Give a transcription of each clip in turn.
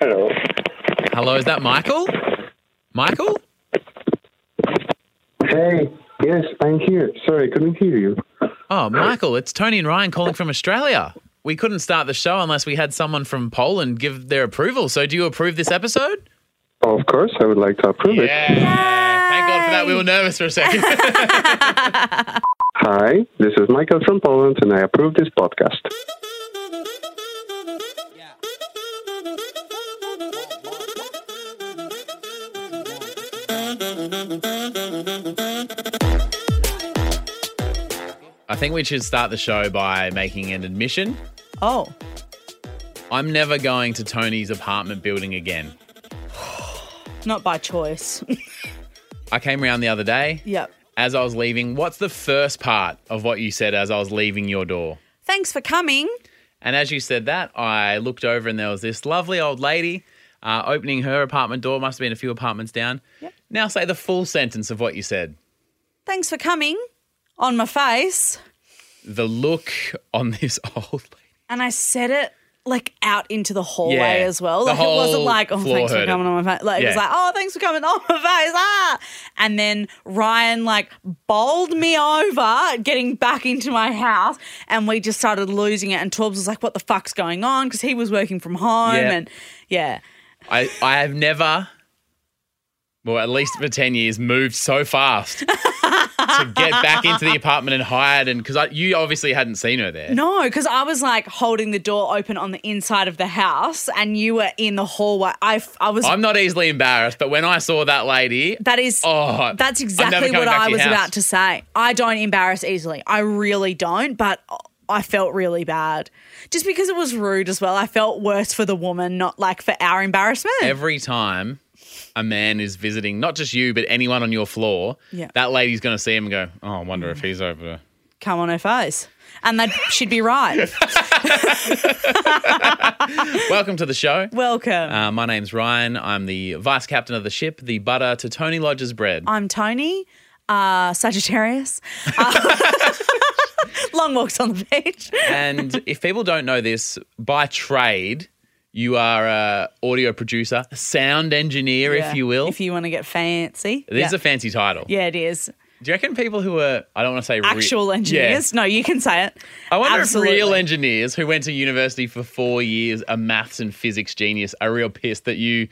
Hello. Hello, is that Michael? Michael? Hey. Yes, I'm here. Sorry, I couldn't hear you. Oh, Michael, it's Tony and Ryan calling from Australia. We couldn't start the show unless we had someone from Poland give their approval. So, do you approve this episode? Of course, I would like to approve it. Thank God for that. We were nervous for a second. Hi, this is Michael from Poland, and I approve this podcast. I think we should start the show by making an admission. Oh, I'm never going to Tony's apartment building again. not by choice. I came around the other day. yep. As I was leaving, what's the first part of what you said as I was leaving your door? Thanks for coming. And as you said that, I looked over and there was this lovely old lady uh, opening her apartment door. Must have been a few apartments down. Now say the full sentence of what you said. Thanks for coming. On my face. The look on this old lady. And I said it like out into the hallway Yeah. as well. The Like it wasn't whole like, oh, floor thanks heard for it. coming on my face. Like it was Yeah. like, oh, thanks for coming on my face. Ah. And then Ryan like bowled me over getting back into my house. And we just started losing it. And Torbs was like, what the fuck's going on? Because he was working from home. Yeah. And yeah. I, I have never, well, at least for 10 years, moved so fast to get back into the apartment and hired. And because you obviously hadn't seen her there. No, because I was like holding the door open on the inside of the house, and you were in the hallway. I, f- I was. I'm not easily embarrassed, but when I saw that lady, that is. oh, that's I'm never exactly going what back I to your was house. about to say. I don't embarrass easily. I really don't, but I felt really bad. Just because it was rude as well. I felt worse for the woman, not like for our embarrassment. every time a man is visiting, not just you, but anyone on your floor, Yeah. that lady's going to see him and go, oh, I wonder if he's over there. Come on her face. And that she'd be right. Welcome to the show. Welcome. Uh, my name's Ryan. I'm the vice captain of the ship, the butter to Tony Lodge's bread. I'm Tony, uh, Sagittarius. Uh, long walks on the beach. and if people don't know this, by trade, you are a audio producer, a sound engineer, Yeah, if you will. If you want to get fancy. it is yeah. a fancy title. yeah, it is. Do you reckon people who are, I don't want to say re- Actual Yeah. engineers. No, you can say it. I wonder Absolutely. if real engineers who went to university for four years, a maths and physics genius, are real pissed that you,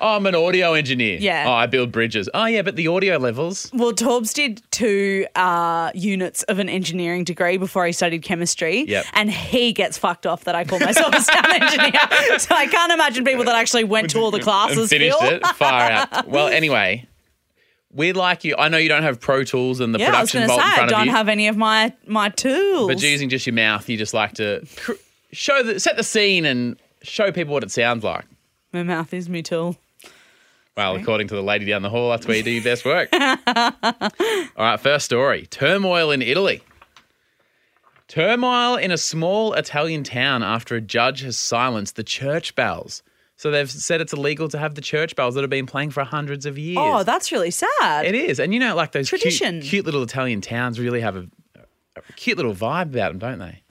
oh, I'm an audio engineer. Yeah. Oh, I build bridges. Oh, yeah, but the audio levels. Well, Torbs did two uh, units of an engineering degree before he studied chemistry. Yep. And he gets fucked off that I call myself a sound engineer. So I can't imagine people that actually went to all the And classes finished Phil. it. Far out. Well, anyway, we like you. I know you don't have Pro Tools and the Yeah, I was production going to vault say, in I front of don't you. have any of my, my tools. but using just your mouth, you just like to cr- show the, set the scene and show people what it sounds like. my mouth is my tool. Well, according to the lady down the hall, that's where you do your best work. All right, first story turmoil in Italy. Turmoil in a small Italian town after a judge has silenced the church bells. So they've said it's illegal to have the church bells that have been playing for hundreds of years. Oh, that's really sad. it is. And you know, like those cute- Tradition. Cute, little Italian towns really have a, a cute little vibe about them, don't they?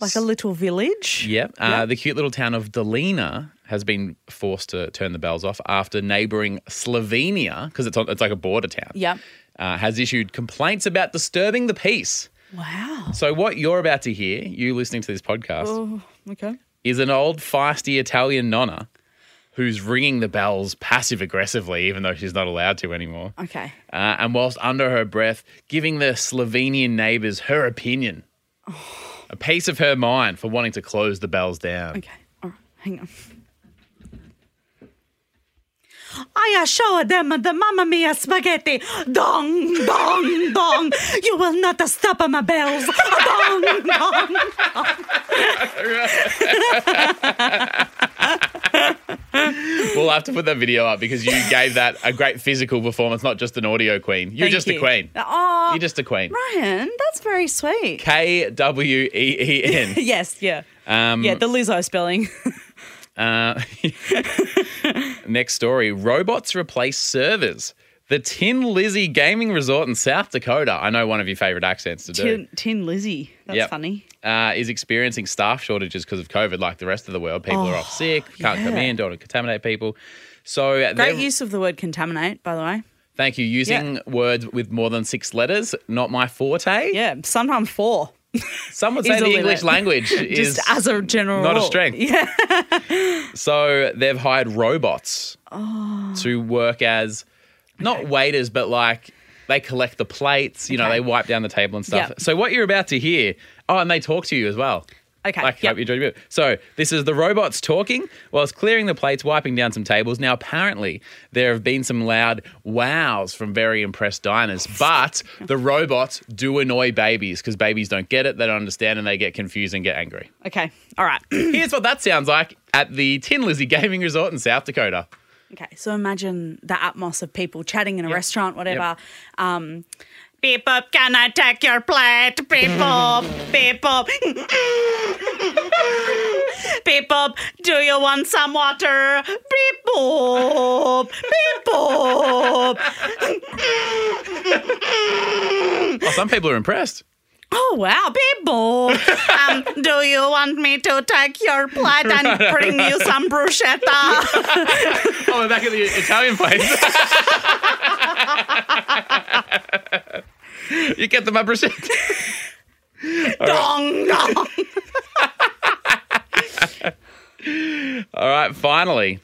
like a little village. Yep. Uh, The cute little town of Delina has been forced to turn the bells off after neighbouring Slovenia, because it's, on- it's like a border town, Yep. uh, has issued complaints about disturbing the peace. Wow. So, what you're about to hear, you listening to this podcast, Oh, okay. is an old, feisty Italian nonna who's ringing the bells passive aggressively, even though she's not allowed to anymore. Okay. Uh, and whilst under her breath, giving the Slovenian neighbours her opinion. A piece of her mind for wanting to close the bells down. Oh. Okay. All right. Hang on. I assure them the Mamma Mia spaghetti. Dong, dong, dong. You will not stop my bells. Dong, dong. We'll have to put that video up because you gave that a great physical performance, not just an audio queen. You're Thank just a you. queen. Oh, You're just a queen. Ryan, that's very sweet. K W E E N. Yes, yeah. Um, yeah, the Lizzo spelling. uh, next story robots replace servers. The Tin Lizzie Gaming Resort in South Dakota. I know one of your favorite accents to do. Tin, tin Lizzie. That's Yep. funny. uh, is experiencing staff shortages because of COVID, like the rest of the world. People are off sick, can't come Oh, yeah. in, don't want to contaminate people. So, uh, they're- Great use of the word contaminate, by the way. thank you. Using words with more than six letters, not my forte. Yeah, sometimes four. Some would Is say a the limit. English language Just is. as a general not a rule. strength. Yeah. so, they've hired robots Oh. to work as not waiters, but like they collect the plates, you know, Okay. they wipe down the table and stuff. Yep. So, what you're about to hear, oh, and they talk to you as well. Okay. Like, yep. hope you enjoyed it. So this is the robots talking whilst clearing the plates, wiping down some tables. Now, apparently, there have been some loud wows from very impressed diners, but the robots do annoy babies because babies don't get it, they don't understand, and they get confused and get angry. Okay. All right. Here's what that sounds like at the Tin Lizzie Gaming Resort in South Dakota. Okay, so imagine the atmos of people chatting in a restaurant, whatever. Um, beep up, can I take your plate? Beep up, beep up. beep up, do you want some water? Beep up, beep up. Oh, some people are impressed. Oh, wow, beep up. Um, do you want me to take your plate and bring you some bruschetta? Oh, we're back at the Italian place. you get them up, Rashid. dong, dong. All right, finally.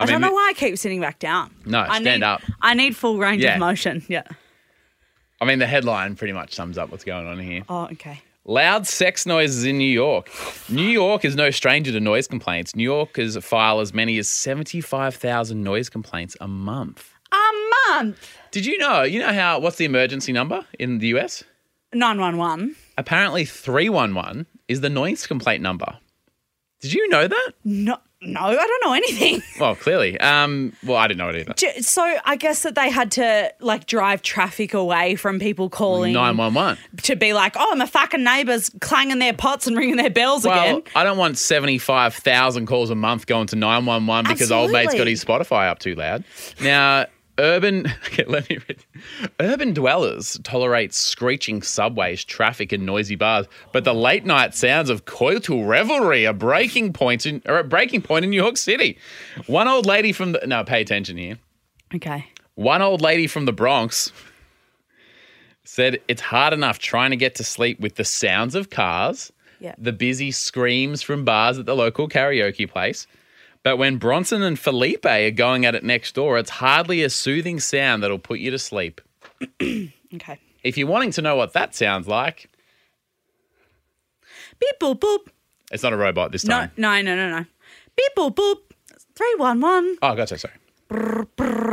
I, don't mean, know why I keep sitting back down. No, I stand need, up. I need full range Yeah. of motion. Yeah. I mean, the headline pretty much sums up what's going on here. Oh, okay. Loud sex noises in New York. New York is no stranger to noise complaints. New Yorkers file as many as 75,000 noise complaints a month. A month. Did you know? You know how, what's the emergency number in the US? 911. Apparently, 311 is the noise complaint number. Did you know that? No, no, I don't know anything. Well, clearly. Um, well, I didn't know it either. J- so I guess that they had to like drive traffic away from people calling 911. to be like, oh, my fucking neighbors clanging their pots and ringing their bells Well, again. I don't want 75,000 calls a month going to 911 because old mate's got Absolutely. his Spotify up too loud. Now, urban okay, let me read. Urban dwellers tolerate screeching subways, traffic and noisy bars, but the late night sounds of coital revelry are breaking points in are at breaking point in New York City. One old lady from the No, pay attention here. Okay. One old lady from the Bronx said it's hard enough trying to get to sleep with the sounds of cars, Yeah. the busy screams from bars at the local karaoke place. But when Bronson and Felipe are going at it next door, it's hardly a soothing sound that'll put you to sleep. Okay. If you're wanting to know what that sounds like, Beep boop boop. it's not a robot this No, time. no, no, no, no. Beep boop boop. 311. Oh, gotcha. Sorry.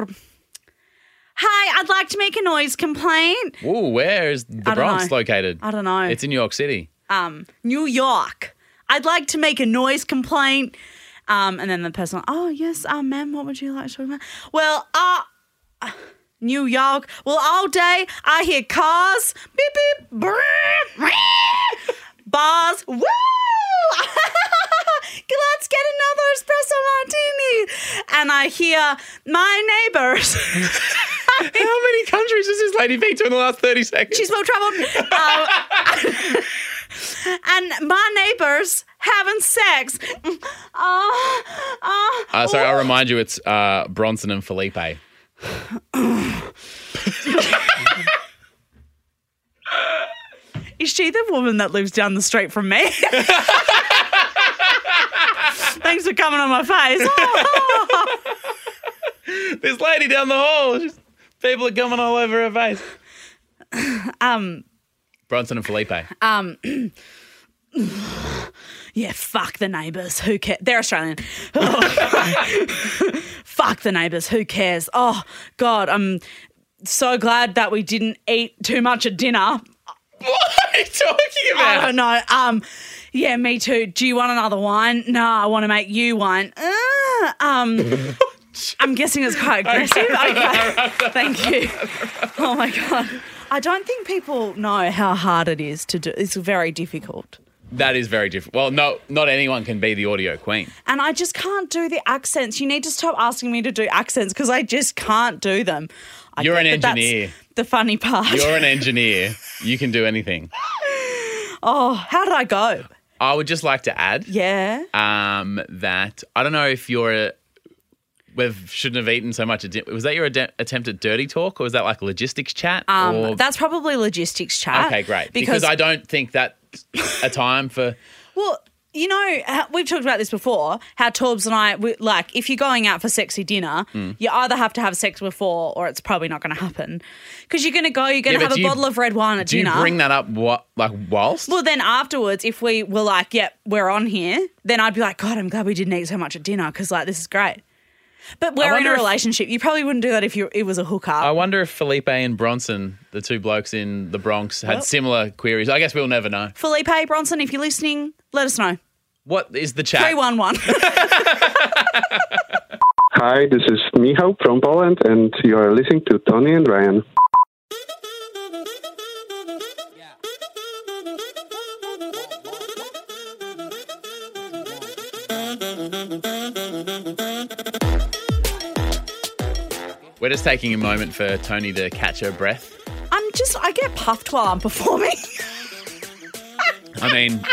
Hi, I'd like to make a noise complaint. Ooh, where is the don't Bronx know. located? I don't know. It's in New York City. um, New York. I'd like to make a noise complaint. Um, and then the person, oh, yes, uh, ma'am, what would you like to talk about? Well, uh, uh, New York. Well, all day I hear cars, beep, beep, brrr, brrr, bars, woo! Let's get another espresso martini. And I hear my neighbors. How many countries has this lady been to in the last 30 seconds? She's well traveled. Um, and my neighbors having sex. Mm, ah, ah. Uh, sorry, I'll remind you it's uh, Bronson and Felipe. Is she the woman that lives down the street from me? Thanks for coming on my face. Oh. This lady down the hall, just, people are coming all over her face. um, Bronson and Uh, Felipe. yeah, fuck the neighbours. Who cares? They're Australian. Oh. fuck the neighbours. Who cares? Oh, God, I'm so glad that we didn't eat too much at dinner what are you talking I don't know. Um, yeah, me too. Do you want another wine? No, I want to make you one. Uh, um, Oh, I'm guessing it's quite aggressive. Okay, thank you. Oh my god, I don't think people know how hard it is to do. It's very difficult, That is very different. Well, no, not anyone can be the audio queen. and I just can't do the accents. You need to stop asking me to do accents because I just can't do them. I You're get an that that's engineer. The funny part. You're an engineer. You can do anything. oh, how did I go? I would just like to add Yeah. um, that I don't know if you're a, we shouldn't have eaten so much. at din- Was that your ade- attempt at dirty talk, or was that like a logistics chat? Um, or, that's probably logistics chat. okay, great. Because, Because, I don't think that's a time for. well, you know, how- we've talked about this before. How Torbs and I, we, like, if you're going out for sexy dinner, Mm. you either have to have sex before, or it's probably not going to happen. Because you're going to go, you're going Yeah, to but have a do you- bottle of red wine at Do you dinner. bring that up? What like whilst? Well, then afterwards, if we were like, yep, we're on here, then I'd be like, God, I'm glad we didn't eat so much at dinner because, like, this is great. But we're in wonder a if- relationship. You probably wouldn't do that if you, it was a hookup. I wonder if Felipe and Bronson, the two blokes in the Bronx, had Well- similar queries. I guess we'll never know. Felipe Bronson, if you're listening, let us know. What is the chat? 311. Hi, this is Michał from Poland, and you are listening to Tony and Ryan. We're just taking a moment for Tony to catch her breath. I'm just, I get puffed while I'm performing. I mean,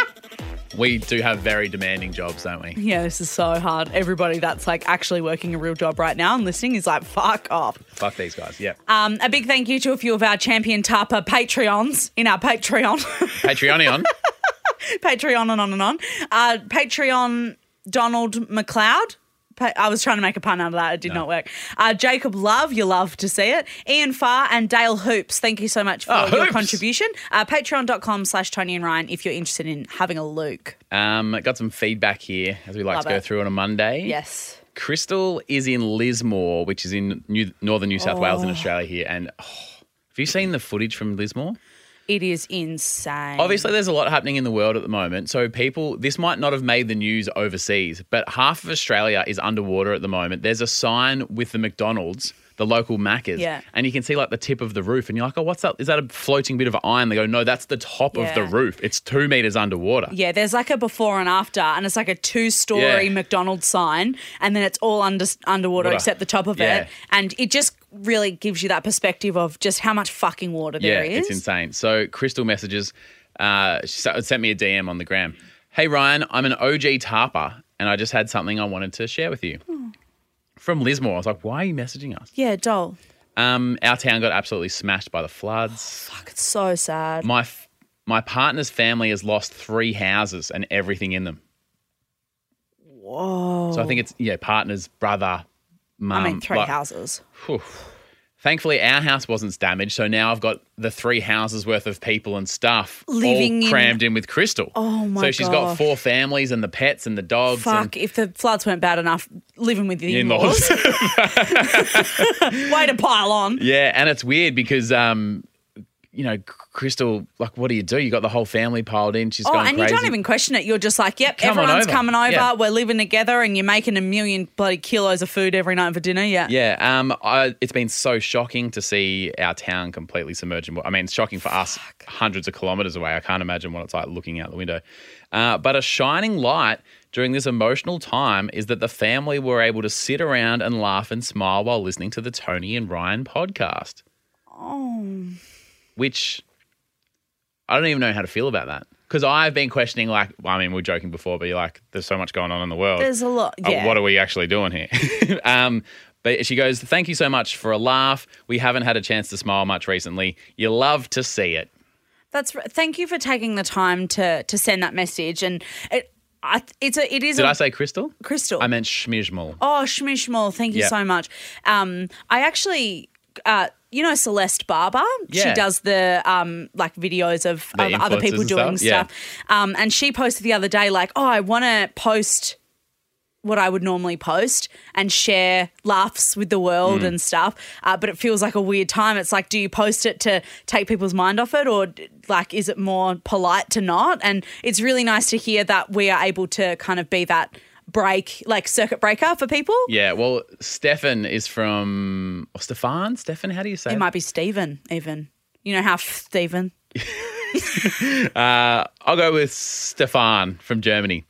we do have very demanding jobs, don't we? yeah, this is so hard. Everybody that's like actually working a real job right now and listening is like, fuck off. Fuck these guys. Yep. Um, a big thank you to a few of our champion TARPA Patreons in our Patreon. Patreonion. Patreon and on and on. Uh, Patreon Donald McLeod. Pa- I was trying to make a pun out of that. It did not work. Uh, Jacob Love, you love to see it. Ian Farr and Dale Hoops, thank you so much for Oh, your Hoops. contribution. Uh, Patreon.com slash Tony and Ryan if you're interested in having a look. Um, got some feedback here, as we like Love to go it. through on a Monday. Yes. Crystal is in Lismore, which is in New- northern New South Wales in Australia here. And oh, have you seen the footage from Lismore? It is insane. Obviously, there's a lot happening in the world at the moment. So, people, this might not have made the news overseas, but half of Australia is underwater at the moment. There's a sign with the McDonald's, the local Macca's, Yeah. and you can see like the tip of the roof. And you're like, oh, what's that? Is that a floating bit of iron? They go, no, that's the top of the Yeah. roof. It's two meters underwater. Yeah, there's like a before and after, and it's like a two story Yeah. McDonald's sign, and then it's all under, underwater Water. except the top of Yeah. it. And it just really gives you that perspective of just how much fucking water there is. it's insane. So Crystal messages, uh, she sa- sent me a DM on the gram. Hey Ryan, I'm an OG tarper, and I just had something I wanted to share with you. Hmm. From Lismore, I was like, "Why are you messaging us?" Yeah, doll. Um, our town got absolutely smashed by the floods. Oh, Fuck, it's so sad. My f- my partner's family has lost three houses and everything in them. Whoa. So I think it's yeah, partner's brother, mum. I mean, three like- houses. Whew. Thankfully, our house wasn't damaged, so now I've got the three houses worth of people and stuff Living all in- crammed in, with Crystal. Oh, my So she's got gosh. four families and the pets and the dogs. Fuck, if the floods weren't bad enough, living with the and in-laws. in-laws. Way to pile on. yeah, and it's weird because um, you know, Crystal, like, what do you do? You got the whole family piled in. She's Oh, going and crazy. you don't even question it. You're just like, yep, Come on everyone's over. coming over. Yeah. We're living together, and you're making a million bloody kilos of food every night for dinner. Yeah. Yeah, um, I, it's been so shocking to see our town completely submerged. In, wa- I mean, it's shocking for us, hundreds of kilometres away. I can't imagine what it's like looking out the window. Uh, but a shining light during this emotional time is that the family were able to sit around and laugh and smile while listening to the Tony and Ryan podcast. Oh. Which I don't even know how to feel about that because I've been questioning. Like, well, I mean, we were joking before, but you're like, there's so much going on in the world. There's a lot. Uh, Yeah. what are we actually doing here? um, but she goes, Thank you so much for a laugh. We haven't had a chance to smile much recently. You love to see it. That's r- thank you for taking the time to to send that message, and it, I, it's a it is Did a I say crystal? Hmm. crystal. I meant schmishmal. Oh, Schmishmal, thank you Yeah. so much. Um, I actually, uh, you know, Celeste Barber. She Yeah. does the um, like videos of, The of other influencers people and doing stuff? Yeah. stuff. Um, and she posted the other day, like, oh, I want to post what I would normally post and share laughs with the world Hmm. and stuff. Uh, but it feels like a weird time. It's like, do you post it to take people's mind off it, or d- like, is it more polite to not? And it's really nice to hear that we are able to kind of be that break, like circuit breaker for people. Yeah, well, Stefan is from or Stefan? Stefan, how do you say It it? might be Stephen, even. You know how Stephen. I'll go with Stefan from Germany.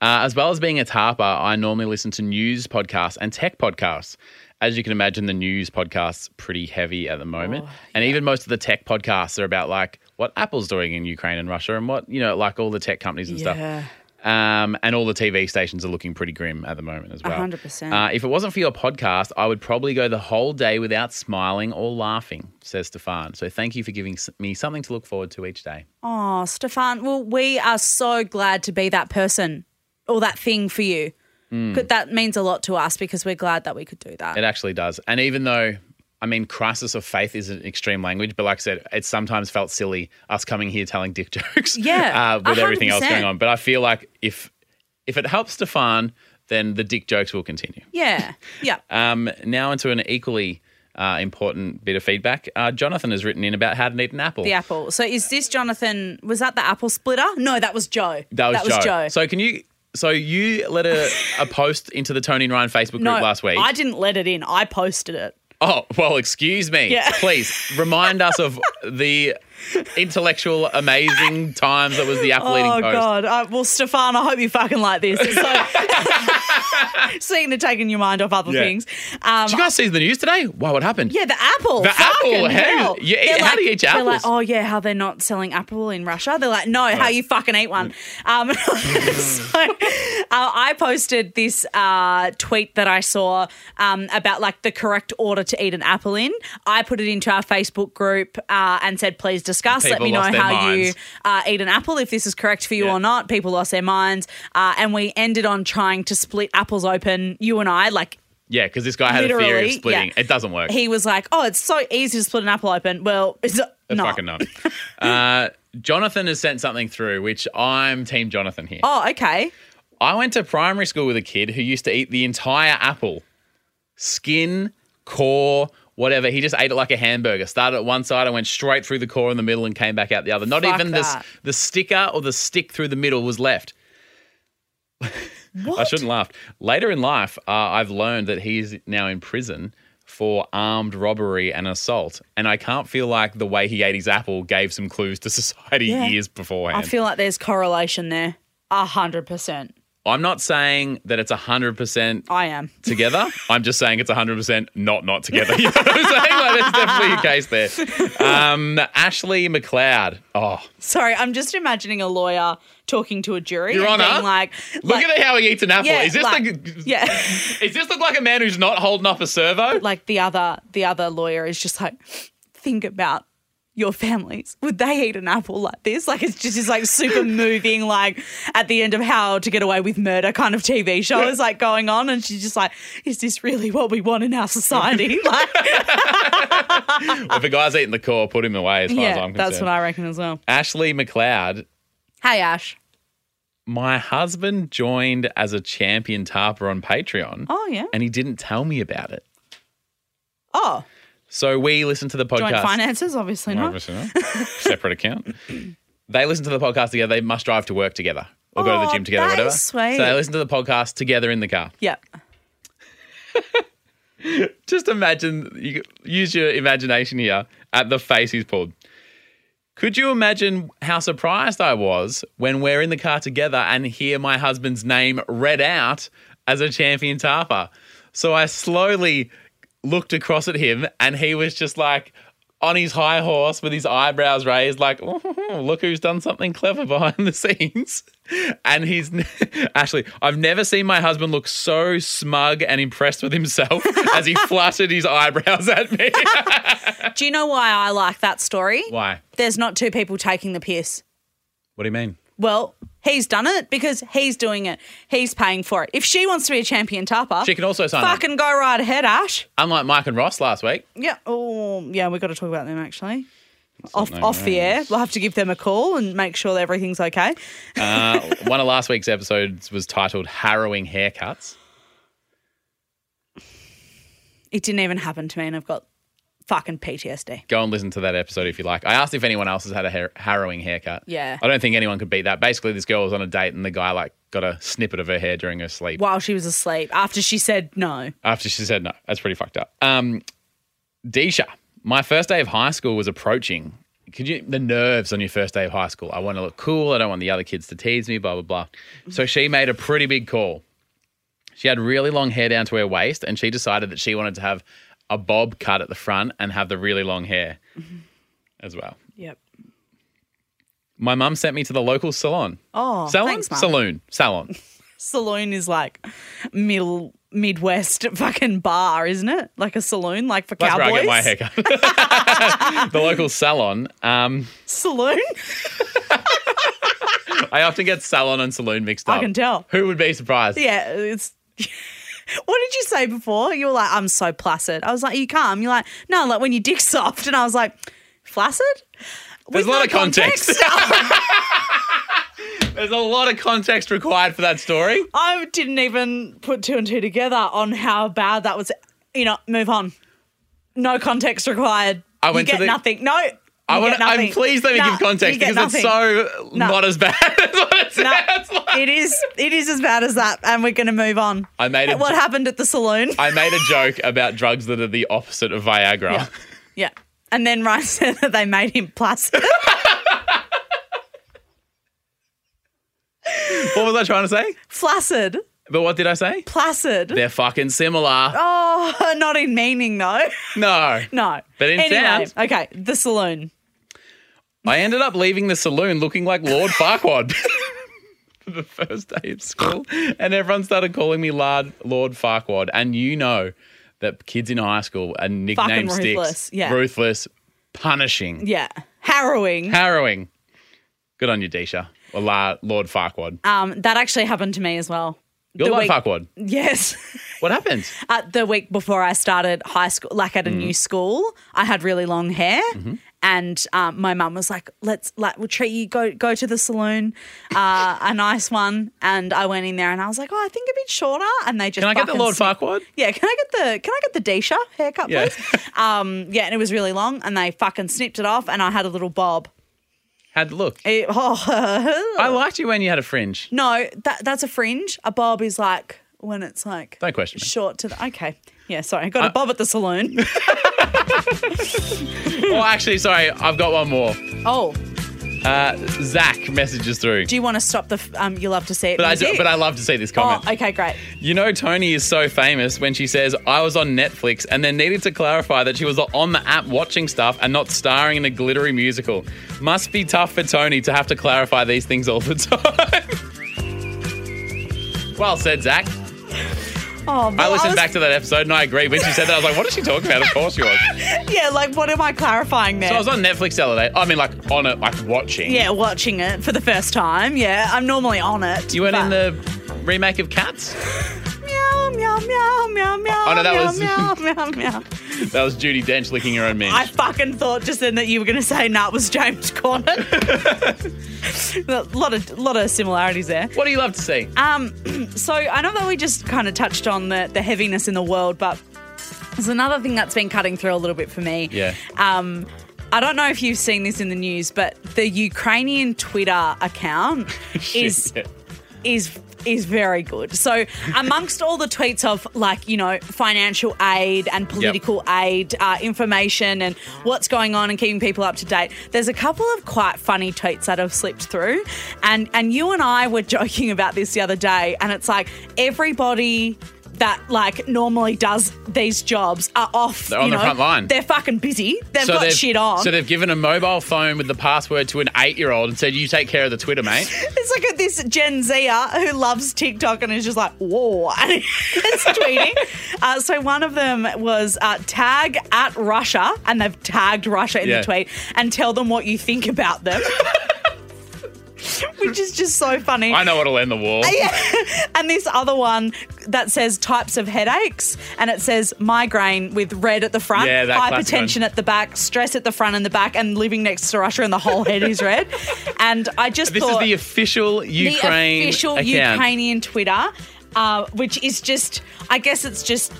Uh, as well as being a tarper, I normally listen to news podcasts and tech podcasts. as you can imagine, the news podcast's pretty heavy at the moment. and even most of the tech podcasts are about like what Apple's doing in Ukraine and Russia and what, you know, like all the tech companies and Yeah. stuff. Um, and all the TV stations are looking pretty grim at the moment as well. 100%. Uh, if it wasn't for your podcast, I would probably go the whole day without smiling or laughing, says Stefan. So thank you for giving s- me something to look forward to each day. Oh, Stefan, well, we are so glad to be that person or that thing for you. Could- That means a lot to us because we're glad that we could do that. It actually does. Hmm. And even though, I mean, crisis of faith is an extreme language, but like I said, it sometimes felt silly us coming here telling dick jokes. Yeah, uh, with everything else 100%. going on. But I feel like if if it helps Stefan, then the dick jokes will continue. yeah. Yeah. Um, now into an equally uh, important bit of feedback. Uh, Jonathan has written in about how to eat an apple. the apple. So is this Jonathan? Was that the apple splitter? No, that was Joe. That was, Joe. Joe. So can you? So you let a, a post into the Tony and Ryan Facebook group no, last week. I didn't let it in. I posted it. Oh, well, excuse me. Yeah. Please remind us of the intellectual, amazing times that was the apple eating Oh post. God! Uh, well, Stefan, I hope you fucking like this. It's so seeing to taking your mind off other Yeah. things. Um, Did you guys see the news today? Wow, what happened? yeah, the apple. The Fucking apple, how- hell. you eat- They're how do you eat your they're like, apples? oh yeah, how they're not selling apple in Russia? They're like, no, how you fucking eat one? Mm. Um, so, uh, I posted this uh, tweet that I saw um, about like the correct order to eat an apple in. I put it into our Facebook group uh, and said, please discuss. Let People me know lost their how you minds. uh, eat an apple if this is correct for you Yeah. or not. People lost their minds, uh, and we ended on trying to split apples open. You and I, like Yeah, because this guy had a theory Literally, of splitting. yeah. It doesn't work. he was like, "Oh, it's so easy to split an apple open." Well, it's It's not. fucking not. uh, Jonathan has sent something through, which I'm Team Jonathan here. Oh, okay. I went to primary school with a kid who used to eat the entire apple, skin, core, whatever. He just ate it like a hamburger. Started at one side and went straight through the core in the middle and came back out the other. Not Fuck even the, s- that. the sticker or the stick through the middle was left. I What? shouldn't laugh. Later in life, uh, I've learned that he's now in prison for armed robbery and assault. And I can't feel like the way he ate his apple gave some clues to society Yeah. years beforehand. I feel like there's correlation there. A hundred percent. I'm not saying that it's 100% I am. together. I'm just saying it's 100% not not together. You know what I'm saying? Like, there's definitely a case there. Um, Ashley McLeod. Oh, Sorry, I'm just imagining a lawyer talking to a jury Your and Honour, being like, look like- at how he eats an apple. yeah, is this like, the, yeah, is this look like a man who's not holding up a servo? like the other the other lawyer is just like, think about your families. Would they eat an apple like this? Like it's just this like super moving, like at the end of How to Get Away with Murder kind of TV show is like going on, and she's just like, is this really what we want in our society? Like, if a guy's eating the core, put him away as far as yeah, I'm concerned. that's what I reckon as well. Ashley McLeod. Hey Ash. My husband joined as a champion tarper on Patreon. Oh yeah. And he didn't tell me about it. Oh, So we listened to the podcast. joint finances, obviously No, not. obviously not. Separate account. They listen to the podcast together. They must drive to work together or go to the Oh, gym together, that whatever. is sweet. So they listen to the podcast together in the car. Yep. Just imagine, you, use your imagination here at the face he's pulled. Could you imagine how surprised I was when we're in the car together and hear my husband's name read out as a champion tarper? So I slowly looked across at him and he was just like on his high horse with his eyebrows raised, like, "Oh, look who's done something clever behind the scenes. And he's actually, I've never seen my husband look so smug and impressed with himself as he fluttered his eyebrows at me. Do you know why I like that story? Why? There's not two people taking the piss. What do you mean? Well, he's done it because he's doing it. He's paying for it. If she wants to be a champion tapper, She can also sign up. fucking go right ahead, Ash. Unlike Mike and Ross last week. Yeah. Oh, yeah. We've got to talk about them actually. Off, no off the air, names. we'll have to give them a call and make sure that everything's okay. Uh, one of last week's episodes was titled Harrowing Haircuts. It didn't even happen to me, and I've got fucking PTSD. Go and listen to that episode if you like. I asked if anyone else has had a har- harrowing haircut. Yeah. I don't think anyone could beat that. Basically, this girl was on a date and the guy like got a snippet of her hair during her sleep While she was asleep, after she said no, after she said no. That's pretty fucked up. Um, Deisha, my first day of high school was approaching. Could you the nerves on your first day of high school? I want to look cool. I don't want the other kids to tease me. Blah blah blah. So she made a pretty big call. She had really long hair down to her waist, and she decided that she wanted to have a bob cut at the front and have the really long hair Mm-hmm. as well. Yep. My mum sent me to the local salon. Oh, salon? thanks, Mum. Saloon. Salon. Saloon is like middle Midwest fucking bar, isn't it? Like a saloon, like for That's cowboys. where I get my haircut. the local salon. Um, Saloon. I often get salon and saloon mixed I up. can tell. Who would be surprised? Yeah, it's. what did you say before? You were like, "I'm so placid." I was like, "You calm?" You're like, "No, like when your dick's soft," and I was like, "Flaccid." There's With a lot no of context. There's a lot of context required for that story. I didn't even put two and two together on how bad that was. You know, move on. No context required. I went you to get the- nothing. No, I you want. get I'm nothing. pleased let me Nah, give context you get because it's nothing. so No. not as bad as what it No, sounds like. it is. It is as bad as that, and we're going to move on. I made a what jo- happened at the saloon. I made a joke about drugs that are the opposite of Viagra. Yeah. yeah, and then Ryan said that they made him placid. What was I trying to say? flaccid, But what did I say? placid. They're fucking similar. Oh, not in meaning though. No. No. But in anyway, sound. okay, the saloon. I ended up leaving the saloon looking like Lord Farquaad for the first day of school, and everyone started calling me Lard, Lord Farquaad. And you know that kids in high school are nicknamed ruthless, sticks, yeah. ruthless, punishing, Yeah, harrowing. harrowing. Good on you, Disha. Or La- Lord Farquaad. Um, that actually happened to me as well. You're the Lord week- Farquaad. Yes. What happens? Uh, the week before I started high school, like at a Mm-hmm. new school, I had really long hair, and um, my mum was like, "Let's like we'll treat you go go to the saloon, uh, a nice one." And I went in there, and I was like, "Oh, I think a bit shorter." And they just Can I get the fucking Lord sn- Farquaad? Yeah, can I get the can I get the Deisha haircut, Yeah. please? um, yeah, and it was really long, and they fucking snipped it off, and I had a little bob. Had the look. It- oh, I liked you when you had a fringe. no, that that's a fringe. A bob is like when it's like Don't question me. Uh, short to the okay. Yeah, sorry, I got a bob at the saloon. Oh, actually, sorry, I've got one more. oh, Uh, Zach messages through. do you want to stop the? f- Um, you love to see it. But I, do, music? but I love to see this comment. Oh, okay, great. You know, Tony is so famous when she says, I was on Netflix and then needed to clarify that she was on the app watching stuff and not starring in a glittery musical. Must be tough for Tony to have to clarify these things all the time. well said, Zach. Oh, I well, listened was- back to that episode and I agree. When she said that, I was like, what is she talking about? Of course she was. Yeah, like what am I clarifying there? So I was on Netflix the other day. I mean, like, on it, like watching. yeah, watching it for the first time. Yeah, I'm normally on it. You weren't in but- the remake of Cats? meow meow meow meow meow. Oh, no, that meow, was- meow meow meow. That was Judy Dench licking her own minge. I fucking thought just then that you were going to say nah, it was James Corden. a lot of lot of similarities there. what do you love to see? Um, so I know that we just kind of touched on the, the heaviness in the world, but there's another thing that's been cutting through a little bit for me. Yeah. Um, I don't know if you've seen this in the news, but the Ukrainian Twitter account is Shit. is is very good. So amongst all the tweets of like you know financial aid and political aid uh, information and what's going on and keeping people up to date, there's a couple of quite funny tweets that have slipped through, and and you and I were joking about this the other day, and it's like everybody. That like normally does these jobs are off. They're on you the know, front line. They're fucking busy. They've got shit on. So they've given a mobile phone with the password to an eight-year-old and said, "You take care of the Twitter, mate." It's like at this Gen Zer who loves TikTok and is just like, whoa, and it's tweeting. Uh, so one of them was uh, tag at Russia, and they've tagged Russia in Yeah. the tweet and tell them what you think about them, which is just so funny. I know what'll end the war. And this other one that says types of headaches, and it says migraine with red at the front, Yeah, that classic one. hypertension at the back, stress at the front and the back, and living next to Russia and the whole head is red. And I just This is thought the official Ukraine the official account. Ukrainian Twitter, uh, which is just, I guess it's just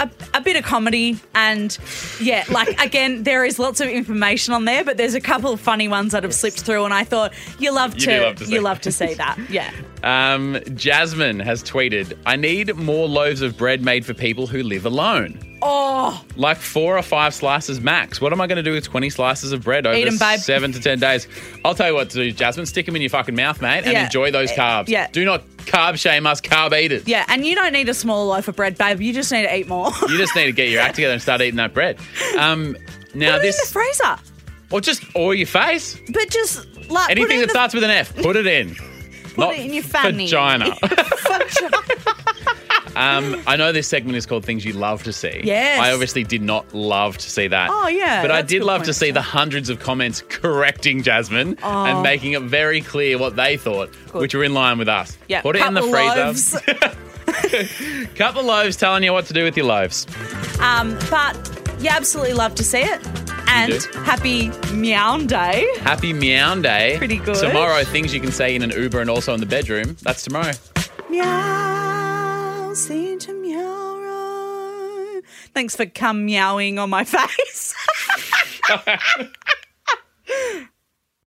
a, a bit of comedy. And yeah, like again, there is lots of information on there, but there's a couple of funny ones that have slipped through. And I thought you love You to, do love to see you love to see that. Yeah. Um, Jasmine has tweeted, "I need more loaves of bread made for people who live alone." Oh, Like four or five slices max. What am I going to do with 20 slices of bread over Eat 'em, babe. seven to 10 days? I'll tell you what to do, Jasmine. Stick them in your fucking mouth, mate, and Yeah. Eh, enjoy those carbs. Yeah. Do not carb shame us carb eaters. yeah. And you don't need a small loaf of bread, babe. You just need to eat more. You just need to get your act together and start eating that bread. Um, now, Put it in the this, freezer. or just, or your face. But just like put it Anything in that the starts with an F, put it in. Put it in your fanny. Vagina. Vagina. um, I know this segment is called Things You Love to See. Yes. I obviously did not love to see that. Oh, yeah, But I that's a did good love point, to see actually. Oh. the hundreds of comments correcting Jasmine and making it very clear what they thought, which were in line with us. Yeah, Put it in the couple freezer. loaves. Couple loaves telling you what to do with your loaves. Um, but you absolutely love to see it. And You do. happy meow day. Happy meow day. Pretty good. Tomorrow, things you can say in an Uber and also in the bedroom. That's tomorrow. Meow, seem to meow. Thanks for come meowing on my face.